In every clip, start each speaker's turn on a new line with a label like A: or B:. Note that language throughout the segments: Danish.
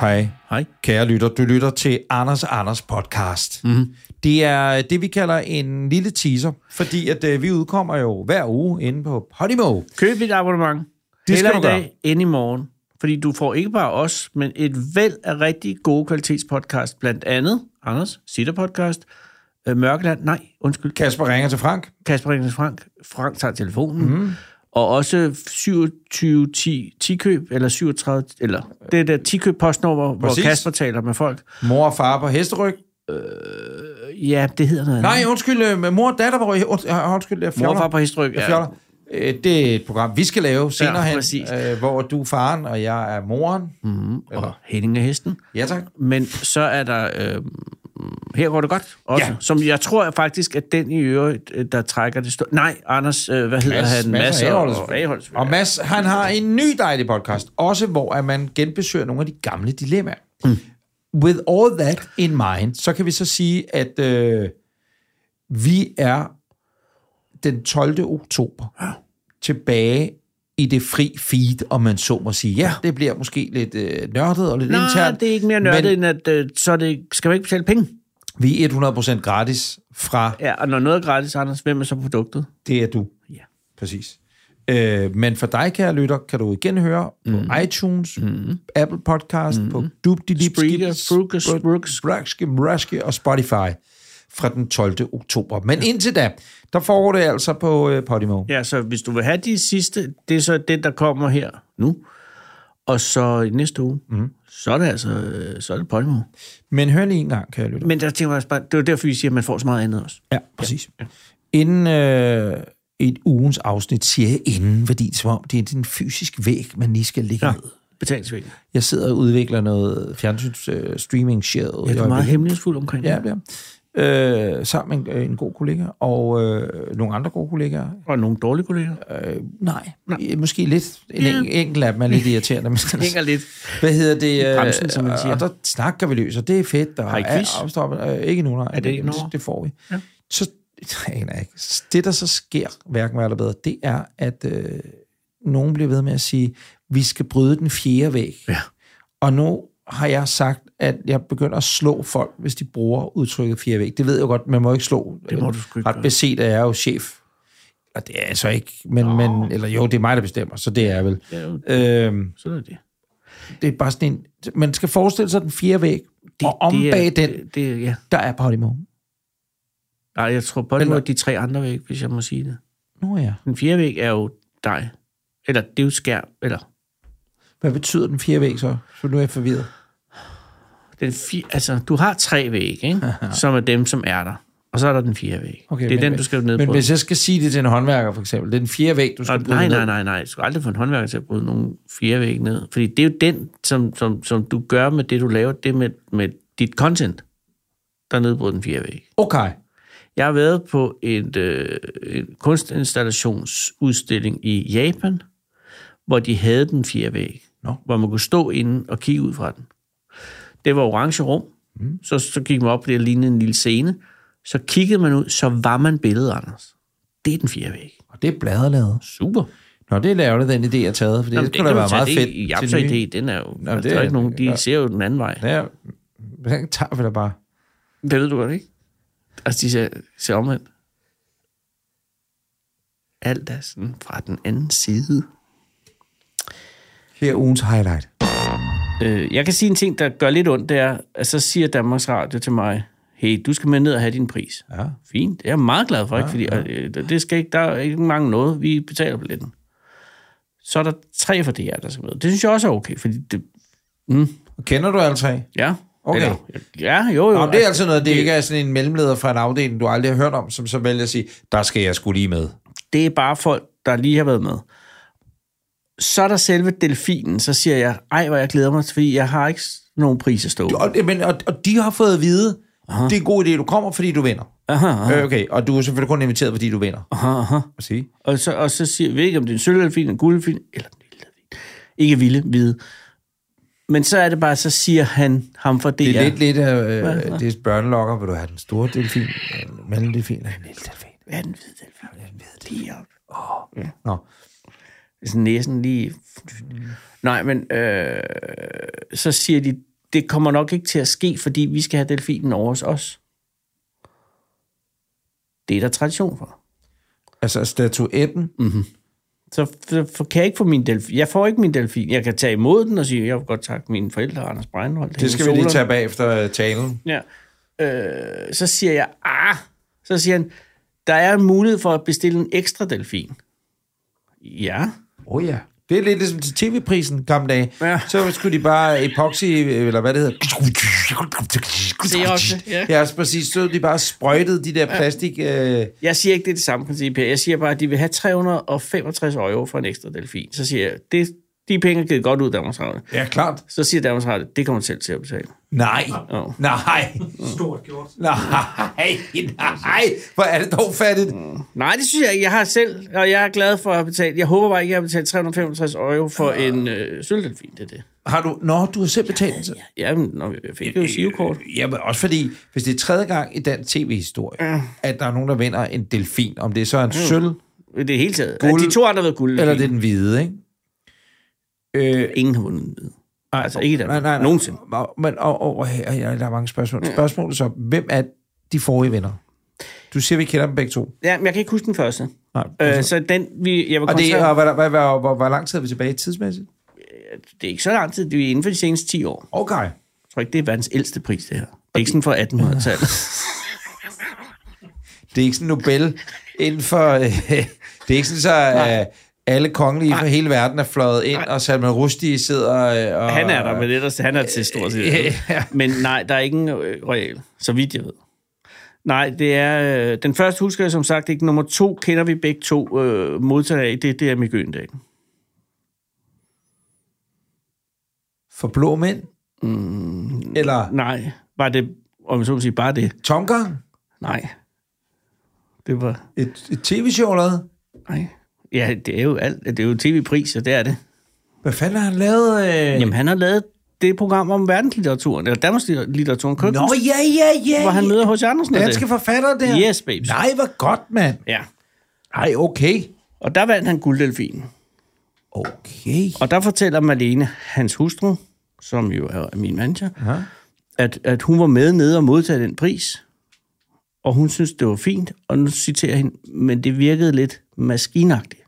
A: Hej.
B: Hej.
A: Kære lytter, du lytter til Anders Anders podcast.
B: Mhm.
A: Mm-hmm. Det er det, vi kalder en lille teaser, fordi at øh, vi udkommer jo hver uge inde på Podimo.
B: Køb dit abonnement.
A: skal
B: Det skal
A: du
B: i dag, end i morgen. Fordi du får ikke bare os, men et væld af rigtig gode kvalitetspodcast. Blandt andet Anders Sitter Podcast, øh, Mørkeland, nej, undskyld,
A: Kasper ringer til Frank.
B: Kasper Ringens Frank. Frank tager telefonen.
A: Mhm.
B: Mm. Og også 27 10, 10 køb, eller 37, eller det der 10 køb postnummer, hvor
A: Præcis.
B: Kasper taler med folk.
A: Mor og far på hesteryg.
B: Mhm. Ja, det hedder noget
A: Nej,
B: andet.
A: undskyld, øh, mor og datter på øh, Undskyld, jeg fjoller.
B: Morfar på hestryk.
A: Jeg
B: Ja.
A: fjoller. Øh, Det er et program, vi skal lave senere hen,
B: præcis. Mhm.
A: øh, hvor du er faren, og jeg er moren. Mm.
B: Og Henning af hesten.
A: Ja, tak.
B: Men så er der... Øh, her går det godt også.
A: Ja.
B: Ja. Som jeg tror faktisk, at den i øvrigt, øh, der trækker det stå... Nej, Anders, øh, hvad hedder han?
A: Mads
B: Mads
A: Agerholtz.
B: og Agerholtz.
A: Og Mads, han har en ny dejlig podcast, også hvor at man genbesøger nogle af de gamle dilemmaer. Mm. With all that in mind, så kan vi så sige, at øh, vi er den 12. oktober tilbage i det fri feed, om man så må sige. Ja, det bliver måske lidt øh, nørdet og lidt
B: Nå,
A: internt.
B: det er ikke mere nørdet, end at øh, så er det, skal man ikke betale penge.
A: Vi er 100% gratis fra
B: Ja, og når noget er gratis, Anders, hvem er så produktet?
A: Det er du.
B: Ja.
A: Præcis. Øh, men for dig, kære lytter, kan du igen høre på mm. iTunes, mm. Apple Podcast, mm. på
B: Spreaker,
A: Dubdilipski,
B: Frukas, Brooks.
A: Braske, Braske og Spotify fra den 12. oktober. Men indtil da, der foregår det altså på øh, Podimo.
B: Ja, så hvis du vil have de sidste, det er så den, der kommer her nu. Og så i næste uge,
A: Mhm.
B: mm. så er det altså, øh, så er det Podimo.
A: Men hør lige en gang, kære lytter.
B: Men der tænker jeg også bare, det er jo derfor, vi siger, at man får så meget andet også.
A: Ja, præcis. Ja. Inden øh, et ugens afsnit siger jeg inden, fordi det er som om, det er din fysisk væg, man lige skal ligge ja.
B: Ja,
A: ned.
B: betalingsvæg. Ja,
A: Jeg sidder og udvikler noget fjernsynsstreaming-shit. Øh,
B: du er meget hemmelighedsfuld omkring
A: Ja,
B: det.
A: det er. Øh, sammen med en, en god kollega og øh, nogle andre gode kollegaer.
B: Og nogle dårlige kolleger.
A: Øh, nej, nej, måske lidt. En yeah. enkelt af dem er lidt irriterende. Men
B: Hænger lidt.
A: hvad hedder det? øh,
B: bremsen, som man siger.
A: Og der snakker vi løs, og det er fedt. Og
B: Har I quiz?
A: Er, opstopper, øh, ikke nu, nej. Er
B: det ikke
A: det,
B: noget?
A: det får vi.
B: Ja.
A: Så, jeg aner ikke. Det, der så sker, hverken værre eller bedre, det er, at øh, nogen bliver ved med at sige, vi skal bryde den fjerde væg.
B: Ja.
A: Og nu har jeg sagt, at jeg begynder at slå folk, hvis de bruger udtrykket fjerde væg. Det ved jeg jo godt, man må ikke slå.
B: Det må du sgu ikke
A: Ret
B: gøre.
A: beset er jeg jo chef. Og det er jeg så ikke, men, men, eller jo, det er mig, der bestemmer, så det er jeg vel.
B: Ja, jo,
A: Øhm,
B: så er det.
A: det er bare sådan en... Man skal forestille sig den fjerde væg, det, og om
B: det er,
A: bag den,
B: Det, det, er- ja.
A: der er Podimo.
B: Nej, jeg tror på den
A: Eller-
B: måde, de tre andre væg, hvis jeg må sige det.
A: Nå ja.
B: Den fjerde væg er jo dig. Eller det er jo et skærm. Eller
A: Hvad betyder den fjerde væg så? Så nu er jeg forvirret.
B: den fire, altså, du har tre væg, ikke? som er dem, som er der. Og så er der den fjerde væg. Okay, det er
A: men,
B: den, du skal ned
A: Men
B: på.
A: hvis jeg skal sige det til en håndværker, for eksempel, det er den fjerde væg, du skal
B: Og
A: bryde
B: nej,
A: ned.
B: nej, nej, nej. Du skal aldrig få en håndværker til at bryde nogen fjervæg ned. Fordi det er jo den, som, som, som du gør med det, du laver, det med, med dit content, der nedbryder den fjervæg.
A: Okay.
B: Jeg har været på et, øh, en kunstinstallationsudstilling i Japan, hvor de havde den fjervæg,
A: Nå.
B: hvor man kunne stå inde og kigge ud fra den. Det var orange rum, mm. så, så gik man op på det, der lignede en lille scene. Så kiggede man ud, så var man billedet, Anders. Det er den fjervæg.
A: Og det er bladerlaget.
B: Super.
A: Nå, det er lavet den idé, jeg taget, for det skulle da være meget fedt.
B: I
A: til
B: Japsa
A: nye-
B: idé, den er jo... Nå, altså,
A: det
B: der
A: er-
B: er ikke nogen, de
A: ja.
B: ja. ser jo den anden vej. Ja.
A: Ja, den tager vi da bare.
B: Det ved du godt, ikke? Altså, de ser, ser omvendt. Alt er sådan fra den anden side.
A: Her er ugens highlight.
B: Øh, jeg kan sige en ting, der gør lidt ondt, det er, at så siger Danmarks Radio til mig, hey, du skal med ned og have din pris.
A: Ja.
B: Fint, det er jeg meget glad for, ikke? Fordi øh, det skal ikke, der er ikke mange noget, vi betaler billetten. Så er der tre for DR, der skal med. Det synes jeg også er okay, fordi det,
A: Og Kender du altså af?
B: ja.
A: Okay.
B: ja, jo, jo.
A: Nå, men det er altså noget, det ikke er sådan en mellemleder fra en afdeling, du aldrig har hørt om, som så vælger at sige, der skal jeg skulle lige med.
B: det er bare folk, der lige har været med. Så er der selve delfinen, så siger jeg, ej, hvor jeg glæder mig, fordi jeg har ikke s- nogen priser stå.
A: Og, men, og, og de har fået at vide, Aha. det er en god idé, du kommer, fordi du vinder.
B: Aha, aha,
A: Øh, okay, og du er selvfølgelig kun inviteret, fordi du vinder.
B: aha, aha.
A: At sige.
B: Og så, og så siger jeg, jeg ved ikke, om det er en sølvdelfin, en gulddelfin, eller en lille delfin. Ikke vilde, hvide. Men så er det bare, så siger han ham fra DR.
A: Det er lidt, lidt af, øh, det er børnelokker, vil du have den store delfin, en mellemdelfin eller en lille delfin?
B: Hvad er den hvide delfin? Hvad er den hvide delfin? Lige op.
A: Nå,
B: Sådan næsen lige... Nej, men øh, så siger de det kommer nok ikke til at ske, fordi vi skal have delfinen over hos os. Det er der tradition for.
A: Altså statuetten. Mm.
B: Så så for, kan jeg ikke få min delfin. Jeg får ikke min delfin. Jeg kan tage imod den og sige, jeg vil godt takke mine forældre, Anders Breinholt.
A: Det skal vi lige tage bagefter øh, talen.
B: Ja. Øh, så siger jeg, ah, så siger han, der er en mulighed for at bestille en ekstra delfin. Ja.
A: Åh oh, ja. Det er lidt ligesom til tv-prisen gamle dage.
B: Ja.
A: Så skulle de bare epoxy, eller hvad det
B: Det er
A: hedder.
B: også det, ja.
A: ja. altså præcis. Så de bare sprøjtede de der plastik... Øh,
B: Jeg siger ikke, det er det samme princip her. Jeg siger bare, at de vil have 365 euro for en ekstra delfin. Så siger jeg, det, de penge er givet godt ud, Danmarks Radio.
A: ja, klart.
B: Så siger Danmarks Radio, det kommer du selv til at betale.
A: Nej.
B: Åh.
A: Nej.
C: Stort gjort.
A: Nej. Nej. Hvor er det dog fattigt.
B: Nej, det synes jeg ikke. Jeg har selv, og jeg er glad for at have betalt. Jeg håber bare ikke, at jeg har betalt 365 euro for
A: Ah.
B: en øh, sølvdelfin, det er det.
A: Har du... Nå, du har selv betalt den.
B: Ja, men når jeg fik det
A: Øh,
B: jo sivekort.
A: Ja, men også fordi, hvis det er tredje gang i dansk tv-historie, at der er nogen, der vinder en delfin, om det så
B: Mm.
A: er en sølv,
B: I det hele taget.
A: Guld.
B: Guld. De to andre har været guld.
A: eller det er den hvide, ikke? Øh,
B: Ingen har vundet med. Altså ikke der.
A: nej, nej, nej.
B: Nogensinde.
A: Men og, og, og her, her, der er mange spørgsmål. Spørgsmålet så, hvem er de forrige venner? Du siger, vi kender dem begge to.
B: Ja, men jeg kan ikke huske den første.
A: Nej.
B: Øh, så den, vi, jeg vil
A: Altså- Og det er,
B: koncentrere-
A: og hvad, hvad, hvad, hvor, hvor lang tid er vi tilbage tidsmæssigt?
B: det er ikke så lang tid. Det er inden for de seneste 10 år.
A: Okay.
B: Jeg tror ikke, det er verdens ældste pris, det her. Det er ikke sådan fra 1800-tallet.
A: Det er ikke sådan Nobel inden for... Øh, det er ikke sådan, så øh, alle kongelige fra hele verden er fløjet ind, og Salman Rushdie sidder... Øh, og,
B: Han er der, men ellers han er til stort set.
A: Ja.
B: Men nej, der er ingen øh, royal, så vidt jeg ved. Nej, det er... Øh, den første husker jeg som sagt ikke. Nummer to kender vi begge to øh, modtager af. Det, det er Mikke Øgendag.
A: For blå mænd? Mm. Eller
B: Nej, var det, om jeg så må sige, bare det?
A: Tomgang?
B: Nej. Det var...
A: Et, et tv-show eller hvad?
B: Nej. Ja, det er jo alt. Det er jo tv-pris, og det er det.
A: Hvad fanden har han lavet? Øh?
B: Jamen, han har lavet det program om verdenslitteraturen, eller Danmarks litteraturen, Køkken,
A: Nå, ja, ja, ja.
B: hvor han møder H.C. Andersen. og det.
A: Danske forfatter der?
B: Yes, babes.
A: Nej, hvor godt, mand.
B: Ja.
A: Nej, okay.
B: Og der vandt han gulddelfinen.
A: Okay.
B: Og der fortæller Malene, hans hustru, som jo er min manager,
A: Ja.
B: at, at hun var med nede og modtage den pris. Og hun synes, det var fint. Og nu citerer jeg hende, men det virkede lidt maskinagtigt.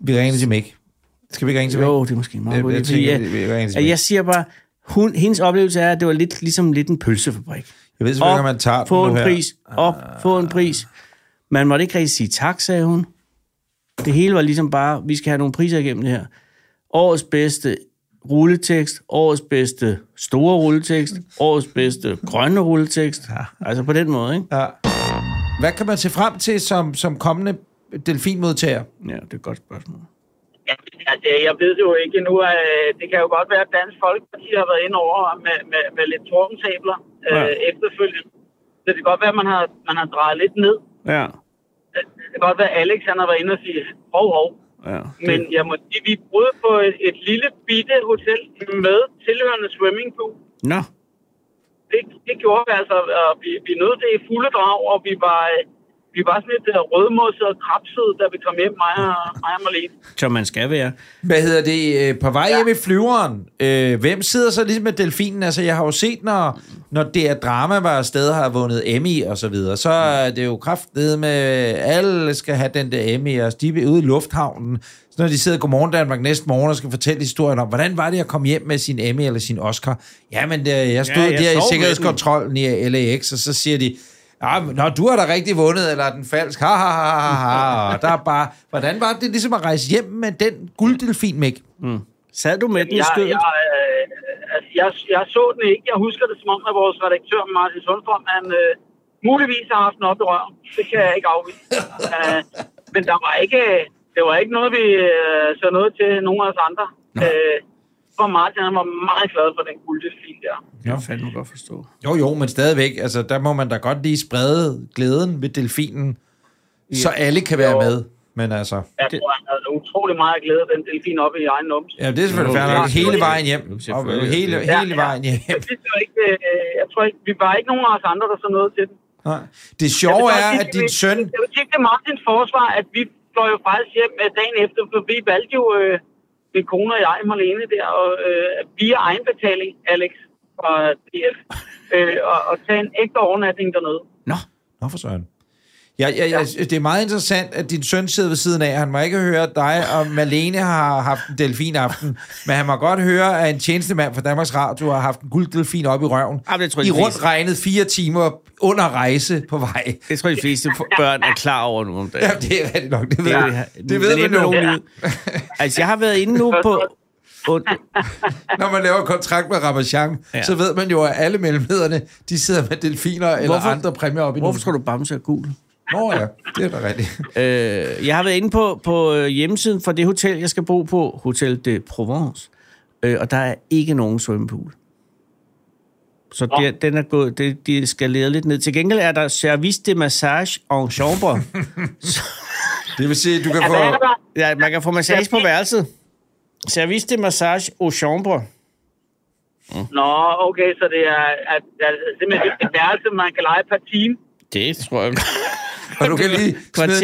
A: Vi ringer til Mick. Skal vi ikke ringe til Mick?
B: Jo, det er måske en meget
A: Jeg-
B: god
A: jeg
B: idé, fordi
A: tænker, vi- vi ringer
B: jeg,
A: tilbage.
B: jeg siger bare, hun, hendes oplevelse er, at det var lidt, ligesom lidt en pølsefabrik.
A: Jeg ved selvfølgelig,
B: Op,
A: at man tager den
B: få
A: nu
B: en
A: her.
B: pris, op, få en pris. Man måtte ikke rigtig sige tak, sagde hun. Det hele var ligesom bare, vi skal have nogle priser igennem det her. Årets bedste rulletekst, årets bedste store rulletekst, årets bedste grønne rulletekst. Altså på den måde, ikke?
A: Ja. Hvad kan man se frem til som, som kommende delfinmodtager?
B: Ja, det er et godt spørgsmål.
D: Ja, det, jeg ved det jo ikke endnu. Øh, Det kan jo godt være, at Dansk Folkeparti har været inde over med, med, med lidt tordentabler øh,
B: Ja.
D: ja. efterfølgende. Så det kan godt være, at man har, man har drejet lidt ned.
B: Ja,
D: Øh, Det kan godt være, at Alex han har været inde og sige, hov, hov.
B: ja.
D: Men jeg må sige, vi boede på et, et lille bitte hotel med tilhørende swimmingpool.
B: Nå,
D: Det, det gjorde vi altså, og vi, vi nåede det i fulde drag, og vi var, øh, vi var sådan lidt øh, rødmosset og krabset, da vi kom hjem, mig og, mig og Marlene.
B: som man skal være.
A: Hvad hedder det? øh, På vej hjem i flyveren, øh, hvem sidder så ligesom med delfinen? Altså, jeg har jo set, når, når det er drama, var afsted har vundet Emmy og så videre, så er det jo kraftedet med, alle skal have den der Emmy, og de er ude i lufthavnen. Så når de sidder godmorgen Danmark næste morgen og skal fortælle historien om, hvordan var det at komme hjem med sin Emmy eller sin Oscar? Jamen, øh, jeg stod
B: Ja,
A: ja,
B: jeg
A: jeg der
B: sov med
A: i
B: den.
A: sikkerhedskontrollen i LAX, og så siger de, Ja, men, nå, du har da rigtig vundet, eller er den falsk? Ha, ha, ha, ha, ha. Og Der er bare, hvordan var det ligesom at rejse hjem med den gulddelfin, Mik?
B: Mm. Sad du med den i
D: jeg,
B: skødet?
D: jeg, øh, altså, jeg, jeg så den ikke. Jeg husker det som om, at vores redaktør Martin Sundstrøm, han øh, muligvis har haft den op i røven. Det kan jeg ikke afvise. øh, men der var ikke, øh, det var ikke noget, vi øh, så noget til nogen af os andre. Øh, for Martin han var meget glad for den gulddelfin der.
B: Det kan fandme godt forstå.
A: Jo, jo, men stadigvæk, altså, der må man da godt lige sprede glæden ved delfinen, ja. så alle kan være
D: Jo.
A: med. Men altså,
D: Jeg tror, han havde utrolig meget glæde af den delfin op i egen numse.
A: ja, det er selvfølgelig
B: Jo,
A: fair nok.
D: ja,
A: Hele
D: selvfølgelig.
A: vejen hjem. Og,
B: Selvfølgelig.
A: hele,
B: Ja,
A: hele vejen hjem.
D: Jeg tror ikke, øh, jeg tror ikke, vi var ikke nogen af os andre, der så noget til den.
A: Nej. Det
D: Jeg vil
A: sjove
D: godt
A: er,
D: sige
A: at
D: til
A: din
D: Martin-
A: søn...
D: Jeg vil sige til Martins forsvar, at vi fløj jo faktisk hjem øh, dagen efter, for vi valgte jo øh, min kone og jeg, Marlene, der, og, øh, via egenbetaling, Alex fra DF, øh, og, og tage en ekstra overnatning dernede.
B: Nå,
A: Nå for søren. Ja, ja, ja, det er meget interessant, at din søn sidder ved siden af. Han må ikke høre, at dig og Malene har haft en delfinaften, men han må godt høre, at en tjenestemand fra Danmarks Radio har haft en gulddelfin op i røven.
B: Ej, men det tror jeg,
A: I
B: de
A: rundt
B: fleste-
A: regnet fire timer under rejse på vej.
B: det tror jeg, de fleste børn er klar over nu om dagen.
A: Ja, det er rigtigt nok. Det ved,
B: Det,
A: det,
B: er-
A: det ved
B: men
A: man
B: ikke
A: jo,
B: nogen ud. Altså, jeg har været inde nu på... Und,
A: når man laver kontrakt med Ramachan. Ja.
B: Ja.
A: Så ved man jo, at alle mellemlederne, de sidder med delfiner eller
B: Hvorfor-
A: andre præmier op i
B: hvorfor
A: nogen.
B: tror du, Bamse er gul?
A: Nå ja, det er da rigtigt.
B: Øh, jeg har været inde på, på øh, hjemmesiden for det hotel, jeg skal bo på, Hotel de Provence, øh, og der er ikke nogen svømmepool. Så der, den er gået, det, de er skaleret lidt ned. Til gengæld er der service de massage en chambre.
A: Det vil sige, at du kan
D: Ja,
A: få...
B: Altså,
D: hvad Altså, er der?
B: ja, man kan få massage på værelset. Service de massage au chambre.
D: Nå, okay, så det er, at, at, simpelthen et værelse, man kan lege per time.
B: Det tror jeg.
A: Og du kan lige smide
B: Kvarter.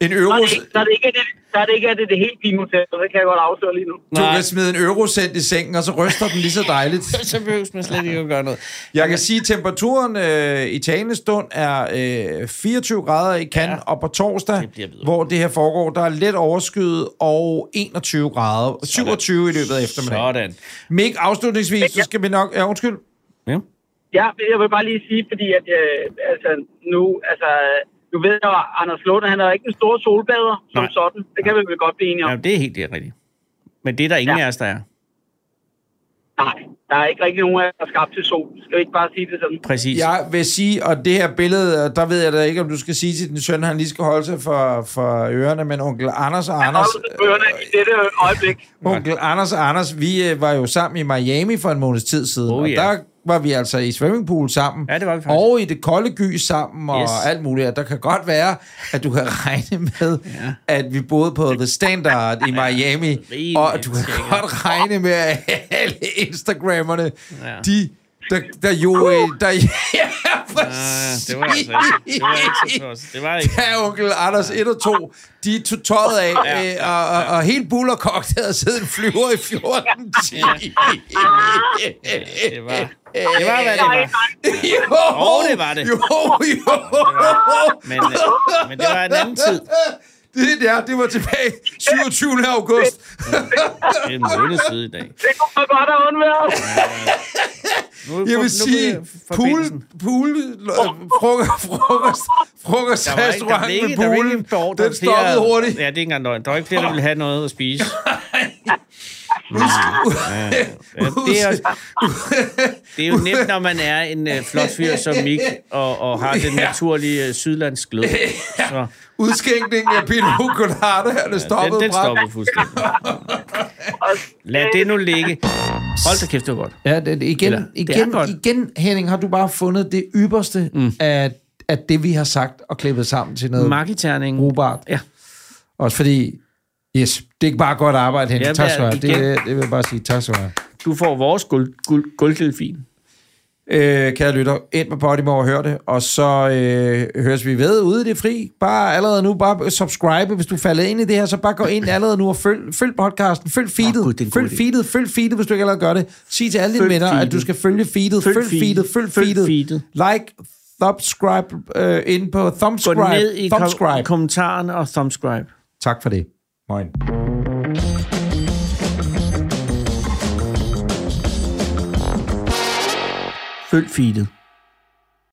A: en
D: Så er
A: euro...
D: det, ikke- så er det ikke, at det, så er det, ikke, at det, er det helt fine hotel, det kan jeg godt afsløre lige nu.
A: Du
B: Nej.
A: kan smide en eurocent i sengen, og så ryster den lige så dejligt.
B: Så behøves man slet ikke at gøre noget.
A: Jeg kan sige, at temperaturen øh, i talende stund er øh, 24 grader i Cannes, ja, og på torsdag,
B: bliver vidunderligt.
A: hvor det her foregår, der er let overskyet og 21 grader, 27 i løbet af eftermiddagen.
B: Sådan.
A: Mik, afslutningsvis, så skal vi nok... Ja, undskyld.
B: Ja.
D: Ja, jeg vil bare lige sige, fordi at, øh, altså, nu, altså, nu ved jeg, at Anders Lund, han er ikke en stor solbader som
B: Nej.
D: sådan. Det kan vi vel godt blive enige om.
B: ja, det er helt det er rigtigt. Men det er der ingen
D: Ja.
B: ja. af os, der er.
D: Nej, der er ikke rigtig nogen af jer, der er skabt til sol. Skal vi ikke bare sige det sådan?
B: Præcis. Ja.
A: Jeg vil sige, og det her billede, og der ved jeg da ikke, om du skal sige til din søn, han lige skal holde sig for, for ørerne, men onkel Anders og Anders...
D: Hold ørerne i dette øjeblik.
A: Onkel Anders og Anders, vi øh, var jo sammen i Miami for en måneds tid siden,
B: Oh,
A: og
B: ja.
A: der var vi altså i swimmingpool sammen,
B: Ja, det var vi faktisk.
A: og i det kolde gys sammen, og
B: Yes.
A: alt muligt, og der kan godt være, at du kan regne med, ja. at vi boede på The Standard i Miami,
B: rimelig
A: og du kan
B: sikkert.
A: godt regne med, at alle Instagrammerne, ja.
B: Ja. Ah,
A: de, der, der jo... øh, Der, ja, præcis.
B: det var altså ikke, det var ikke så tosset. Det var ikke.
A: Ja, onkel Anders 1 og 2, de tog tøjet af, ja. øh, og, og, og helt bullerkogt havde siddet en flyver i 14 timer.
B: Det var, det var, hvad det
D: Nej,
B: var.
D: nej,
A: Jo,
B: Jo, det var det.
A: Jo, jo.
B: Men, øh, men det var en anden tid.
A: Det der, det var tilbage 27. august.
B: Det er en måned siden i dag.
D: det kunne man godt have undværet.
B: Nu,
A: Jeg
B: nu- nu
A: vil sige,
B: bliver
A: pool,
B: forbindelsen-
A: pool, øh, frokost, frokost,
B: Der var ikke- der blev
A: frokostrestaurant med
B: ikke- der blev
A: poolen,
B: ikke behov- der
A: den
B: var flere-
A: stoppede hurtigt.
B: Ja, det er ikke engang løgn. Der var ikke flere, der ville have noget at spise. Ja, det, er, også- det er jo nemt, når man er en øh, flot fyr som Mik, og, og har den naturlige øh, sydlandsglød. Så
A: Udskænkningen af Pinot Colada, og det
B: den,
A: stoppede
B: den
A: brat.
B: stoppede fuldstændig. Lad det nu ligge. Hold da kæft, det var godt.
A: Ja, det, det- igen,
B: Eller, det er
A: igen,
B: godt.
A: igen, Henning, har du bare fundet det ypperste mm. af, af det, vi har sagt og klippet sammen til noget Mark.
B: Markiterningen.
A: brugbart.
B: Ja.
A: Også fordi, yes, det er ikke bare godt arbejde, Henning. Ja,
B: Jamen,
A: tak
B: det
A: skal du
B: er-
A: have.
B: igen.
A: Det, det vil jeg bare sige. Tak skal du have.
B: Du får vores guld, guld, gulddelfin.
A: Øh, kære lytter, ind på Podimo og hør det, og så øh, høres vi ved ude i det fri. Bare allerede nu, bare subscribe, hvis du falder ind i det her, så bare gå ind allerede nu og følg, følg podcasten, følg feedet,
B: Åh,
A: oh,
B: Gud, det er en god
A: følg
B: idé.
A: feedet, følg feedet, hvis du ikke allerede gør det. Sig til alle dine
B: Følg
A: venner, at
B: feedet.
A: du skal følge feedet, følg,
B: Følg
A: følg feedet,
B: feedet.
A: følg,
B: Følg
A: feedet.
B: feedet.
A: Like, subscribe øh, ind på
B: Gå
A: thumbscribe,
B: ned i kom-
A: thumbscribe.
B: kommentaren og thumbscribe.
A: tak for det. Moin.
B: Følg feedet.